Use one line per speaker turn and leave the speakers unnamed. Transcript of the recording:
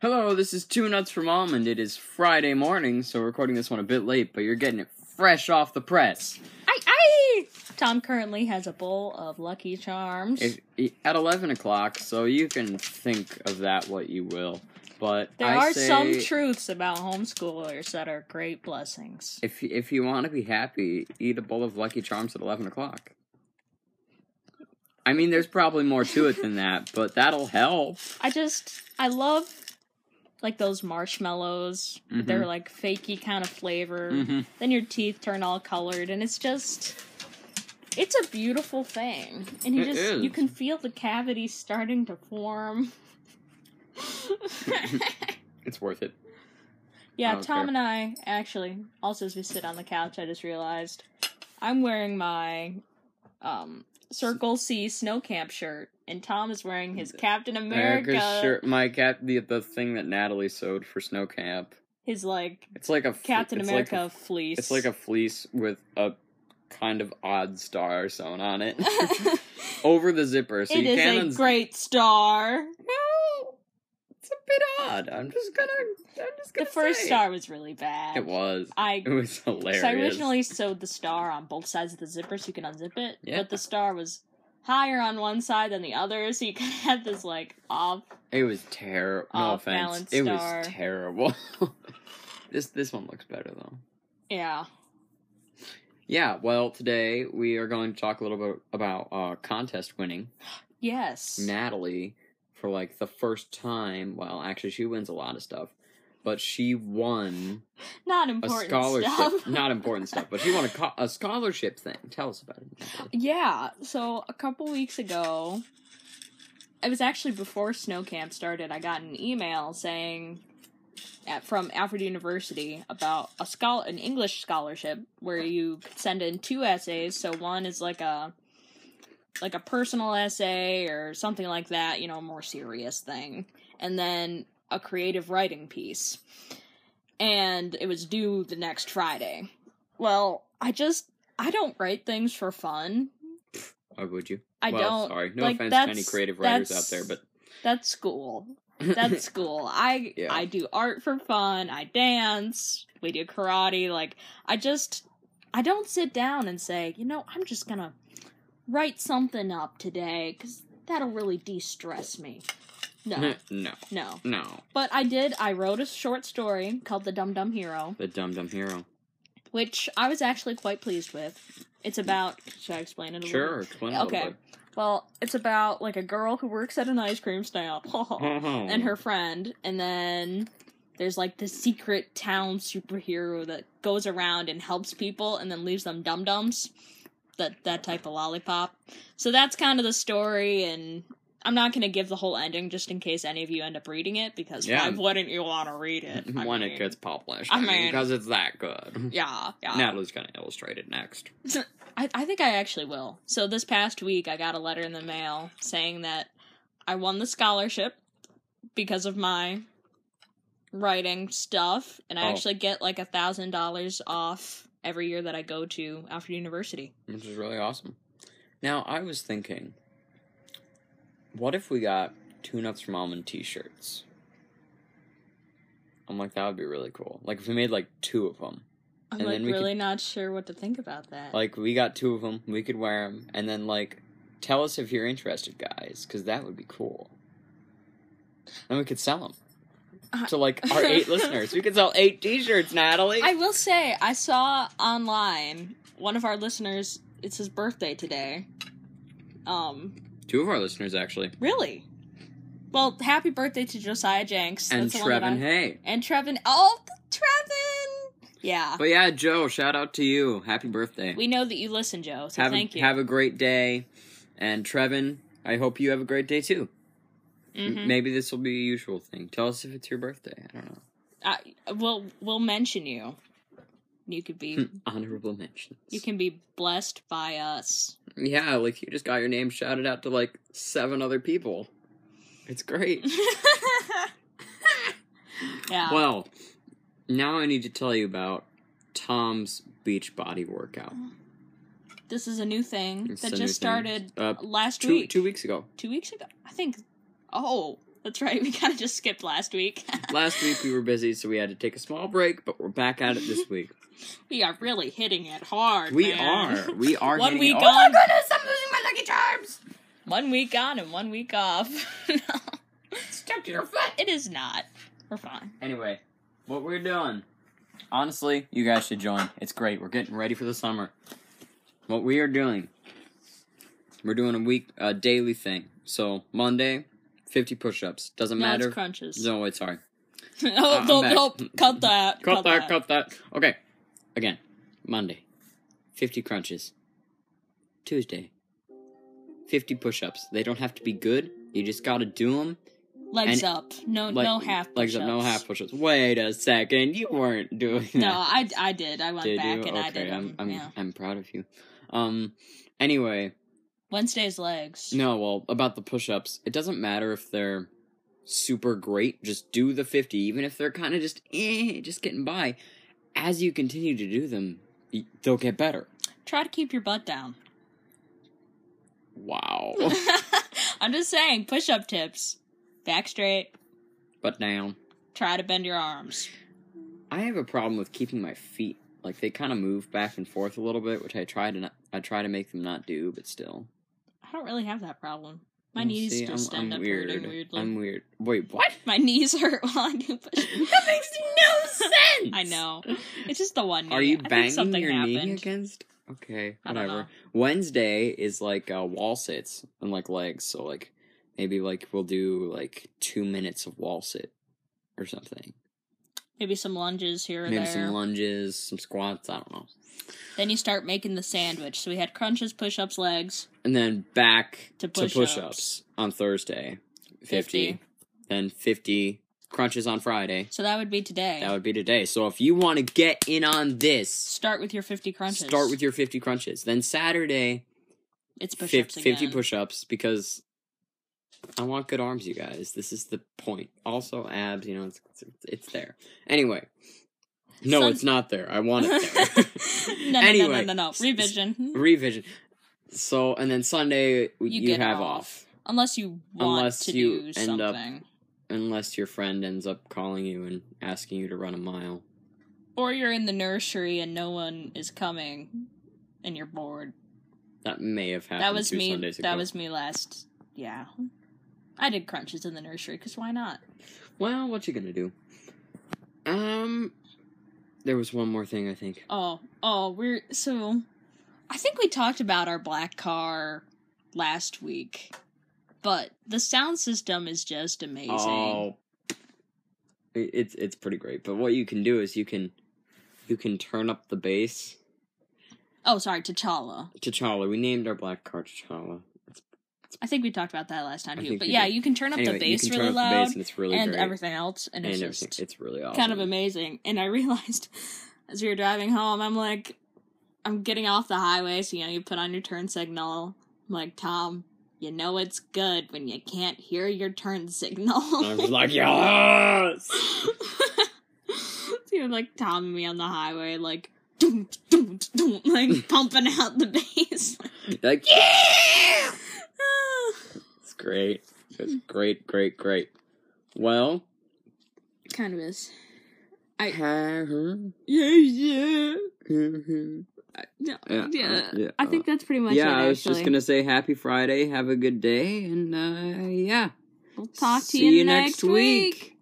Hello, this is Two Nuts from Almond. It is Friday morning, so we're recording this one a bit late, but you're getting it fresh off the press.
I, I. Tom currently has a bowl of Lucky Charms.
If, at 11 o'clock, so you can think of that what you will. But
there
I
are
say,
some truths about homeschoolers that are great blessings.
If, if you want to be happy, eat a bowl of Lucky Charms at 11 o'clock. I mean, there's probably more to it than that, but that'll help.
I just I love like those marshmallows.
Mhm.
They're like fakey kind of flavor.
Mhm.
Then your teeth turn all colored, and it's just it's a beautiful thing. And you
It
just
is.
you can feel the cavities starting to form.
It's worth it.
yeah,
Oh, Okay.
Tom and I actually also as we sit on the couch, I just realized I'm wearing my um Circle C snow camp shirt, and Tom is wearing his Captain America,
America's shirt, my cap, the, the thing that Natalie sewed for snow camp.
his like
It's like a f-
Captain
it's like
America
a
fleece.
It's like a fleece with a kind of odd star sewn on it over the zipper, so
it
you
is
can't.
a great star.
no, it's a bit odd. I'm just gonna. I'm just
The
gonna.
first
say it.
star was really bad.
It was.
I
It was hilarious.
so I originally sewed the star on both sides of the zipper so you can unzip it,
Yeah.
but the star was higher on one side than the other, so you kind of had this like off.
It was terrible. No
Off
offense.
balance
It
star.
was terrible. this this one looks better though.
Yeah,
Yeah. Well, today we are going to talk a little bit about uh, contest winning.
yes.
Natalie for like the first time. Well, actually, she wins a lot of stuff, but she won
Not
a
important
scholarship.
stuff.
Not important stuff, but she won a, co- a scholarship thing. Tell us about it. Natalie.
Yeah, so a couple weeks ago, it was actually before snow camp started. I got an email saying at, from Alfred University about a schol- an English scholarship where you send in two essays. So one is like a like a personal essay or something like that, you know, a more serious thing, and then a creative writing piece. And it was due the next Friday. Well, I just I don't write things for fun.
Or Oh, would you?
I
well,
don't.
Sorry, no
like,
offense to any
that's-
creative writers out
that's-
there, but
That's school. That's school. I
Yeah.
I do art for fun. I dance. We do karate. Like I just I don't sit down and say, you know, I'm just gonna write something up today because that'll really de-stress me. No,
no,
no.
no.
But I did. I wrote a short story called "The Dum Dum Hero,"
The dum dum hero.
which I was actually quite pleased with. It's about. Should I explain it a little? bit?
Sure, explain a little
Okay.
bit.
Well, it's about like a girl who works at an ice cream stand. and her friend, and then there's like this secret town superhero that goes around and helps people and then leaves them dum dums. That that type of lollipop. So that's kind of the story and I'm not gonna give the whole ending just in case any of you end up reading it because
Yeah.
why wouldn't you wanna read it? I
when
mean,
it gets published,
I mean-
because it's that good.
Yeah, yeah.
Natalie's gonna illustrate it next.
I, I think I actually will. So this past week, I got a letter in the mail saying that I won the scholarship because of my writing stuff, and I
Oh.
actually get like a thousand dollars off every year that I go to Alfred University.
which is really awesome. Now I was thinking, what if we got two nuts from almond T-shirts? I'm like that would be really cool. Like if we made like two of them,
I'm
And
like
then we
really not sure what to think about that.
like we got two of them, we could wear them, and then like tell us if you're interested, guys, because that would be cool. And we could sell them
Uh,
to like our eight listeners. We could sell eight T-shirts, Natalie.
I will say I saw online one of our listeners. It's his birthday today. Um,
Two of our listeners actually,
really. Well, happy birthday to Josiah Jenks.
and
That's the one that I-
Trevin Hay.
And Trevin. Oh, the Trevin! Yeah.
But yeah, Joe, shout out to you. Happy birthday.
We know that you listen, Joe, so
have
thank
a,
you.
Have a great day, and Trevin, I hope you have a great day too. M-
Mhm.
Maybe this will be a usual thing. Tell us if it's your birthday. I don't know.
I- we'll, we'll mention you. You could be
Hmm. Honorable mentions.
you can be blessed by us.
yeah, like you just got your name shouted out to like seven other people. It's great.
yeah.
Well, now I need to tell you about Tom's beach body workout.
this is a new thing
It's a
Mm-hmm. that
new
just
thing.
started
Uh,
last
two
week.
two weeks ago.
Two weeks ago. I think Oh, That's right. We kind of just skipped last week.
Last week we were busy, so we had to take a small break, but we're back at it this week.
we are really hitting it hard.
We
man.
are. We are.
One
hitting
week
it.
on.
Oh my goodness! I'm losing my lucky charms.
One week on and one week off. no,
Stepped in her foot.
it is not. We're fine.
Anyway, what we're doing. Honestly, you guys should join. It's great. We're getting ready for the summer. What we are doing. We're doing a week, a daily thing. So Monday, fifty push-ups. Doesn't
No,
matter. Uh,
it's crunches.
No, wait, sorry.
oh,
I'm
don't,
back.
don't cut that.
Cut that, cut that. Okay. Again, Monday, 50 crunches. Tuesday, 50 push ups. They don't have to be good. You just gotta do them.
Legs
And-
up. No, Oh, no half.
Legs up, no
push-ups.
half push ups. Wait a second. You weren't doing
No,
that.
I, I did. I went
Did
back
you?
and
okay,
I did
I'm,
them.
I'm,
yeah.
I'm proud of you. Um, anyway,
Wednesday's legs.
no, well, about the push ups, it doesn't matter if they're super great. Just do the 50, even if they're kind of just eh, just getting by. As you continue to do them, y- they'll get better.
Try to keep your butt down.
Wow. Oh.
I'm just saying, push up tips. Back straight.
but now,
Try to bend your arms.
I have a problem with keeping my feet like they kind of move back and forth a little bit, which I try to not, I try to make them not do, but still.
I don't really have that problem. My
You
knees
Mm, see,
just end up hurting weirdly.
I'm weird. Wait, what?
My knees hurt while I do push.
That makes no sense.
I know. It's just the one knee.
Are you
I think
banging
something
your knee
happened.
against? Okay,
I don't
whatever.
know.
Wednesday is like uh, wall sits and like legs, so like maybe like we'll do like two minutes of wall sit or something.
Maybe some lunges here or
Maybe
there.
some lunges, some squats. I don't know.
then you start making the sandwich. So we had crunches, push ups, legs.
and then back
To
to
push-ups.
push-ups, on Thursday, 50.
50.
Then 50 crunches on Friday.
So that would be today.
That would be today. So if you want to get in on this,
start with your 50 crunches.
start with your 50 crunches. Then Saturday,
it's
fif-
push
50,
ups.
push-ups because I want good arms, you guys. This is the point. Also abs, you know, it's it's, it's there. Anyway, no,
Sun-
it's not there. I want it there.
no, no,
Anyway,
no, no, no, no.
s-
Revision.
Revision. So and then Sunday you,
You
you
get
have
off.
off.
Unless you want
Unless
to
you
do
end up-
something.
unless your friend ends up calling you and asking you to run a mile.
Or you're in the nursery and no one is coming and you're bored.
That may have happened.
That was
two
me.
Sundays
That
ago.
was me last. Yeah. I did crunches in the nursery because why not?
Well, what you gonna do? Um, there was one more thing I think.
Oh, oh, we're so. I think we talked about our black car last week, but the sound system is just amazing.
Oh, It- it's it's pretty great. But what you can do is you can you can turn up the bass.
Oh, sorry, T'Challa.
T'Challa. We named our black car T'Challa.
I think we talked about that last time
I
too.
think
But
we
yeah,
did.
you can turn up
Anyway,
the
you
bass
can turn
really
up the
loud
bass and it's really
and
great.
everything else, and,
and
it's
everything.
just
It's really awesome.
kind of amazing. And I realized as we were driving home, I'm like, I'm getting off the highway, so you know, you put on your turn signal. I'm like, Tom, you know it's good when you can't hear your turn signal.
I was like, yes.
so you're like Tom and me on the highway, like doom, doom, doom, like pumping out the bass.
like yeah. It's great. It's great, great, great. Well,
kind of is. I-
yeah,
Yeah, yeah. No, yeah,
hmm, Yeah, uh, yeah,
I think that's pretty much it.
I was just
actually.
gonna say happy Friday. Have a good day, and uh, yeah,
We'll talk to
see
you,
you
next
next
week.
week.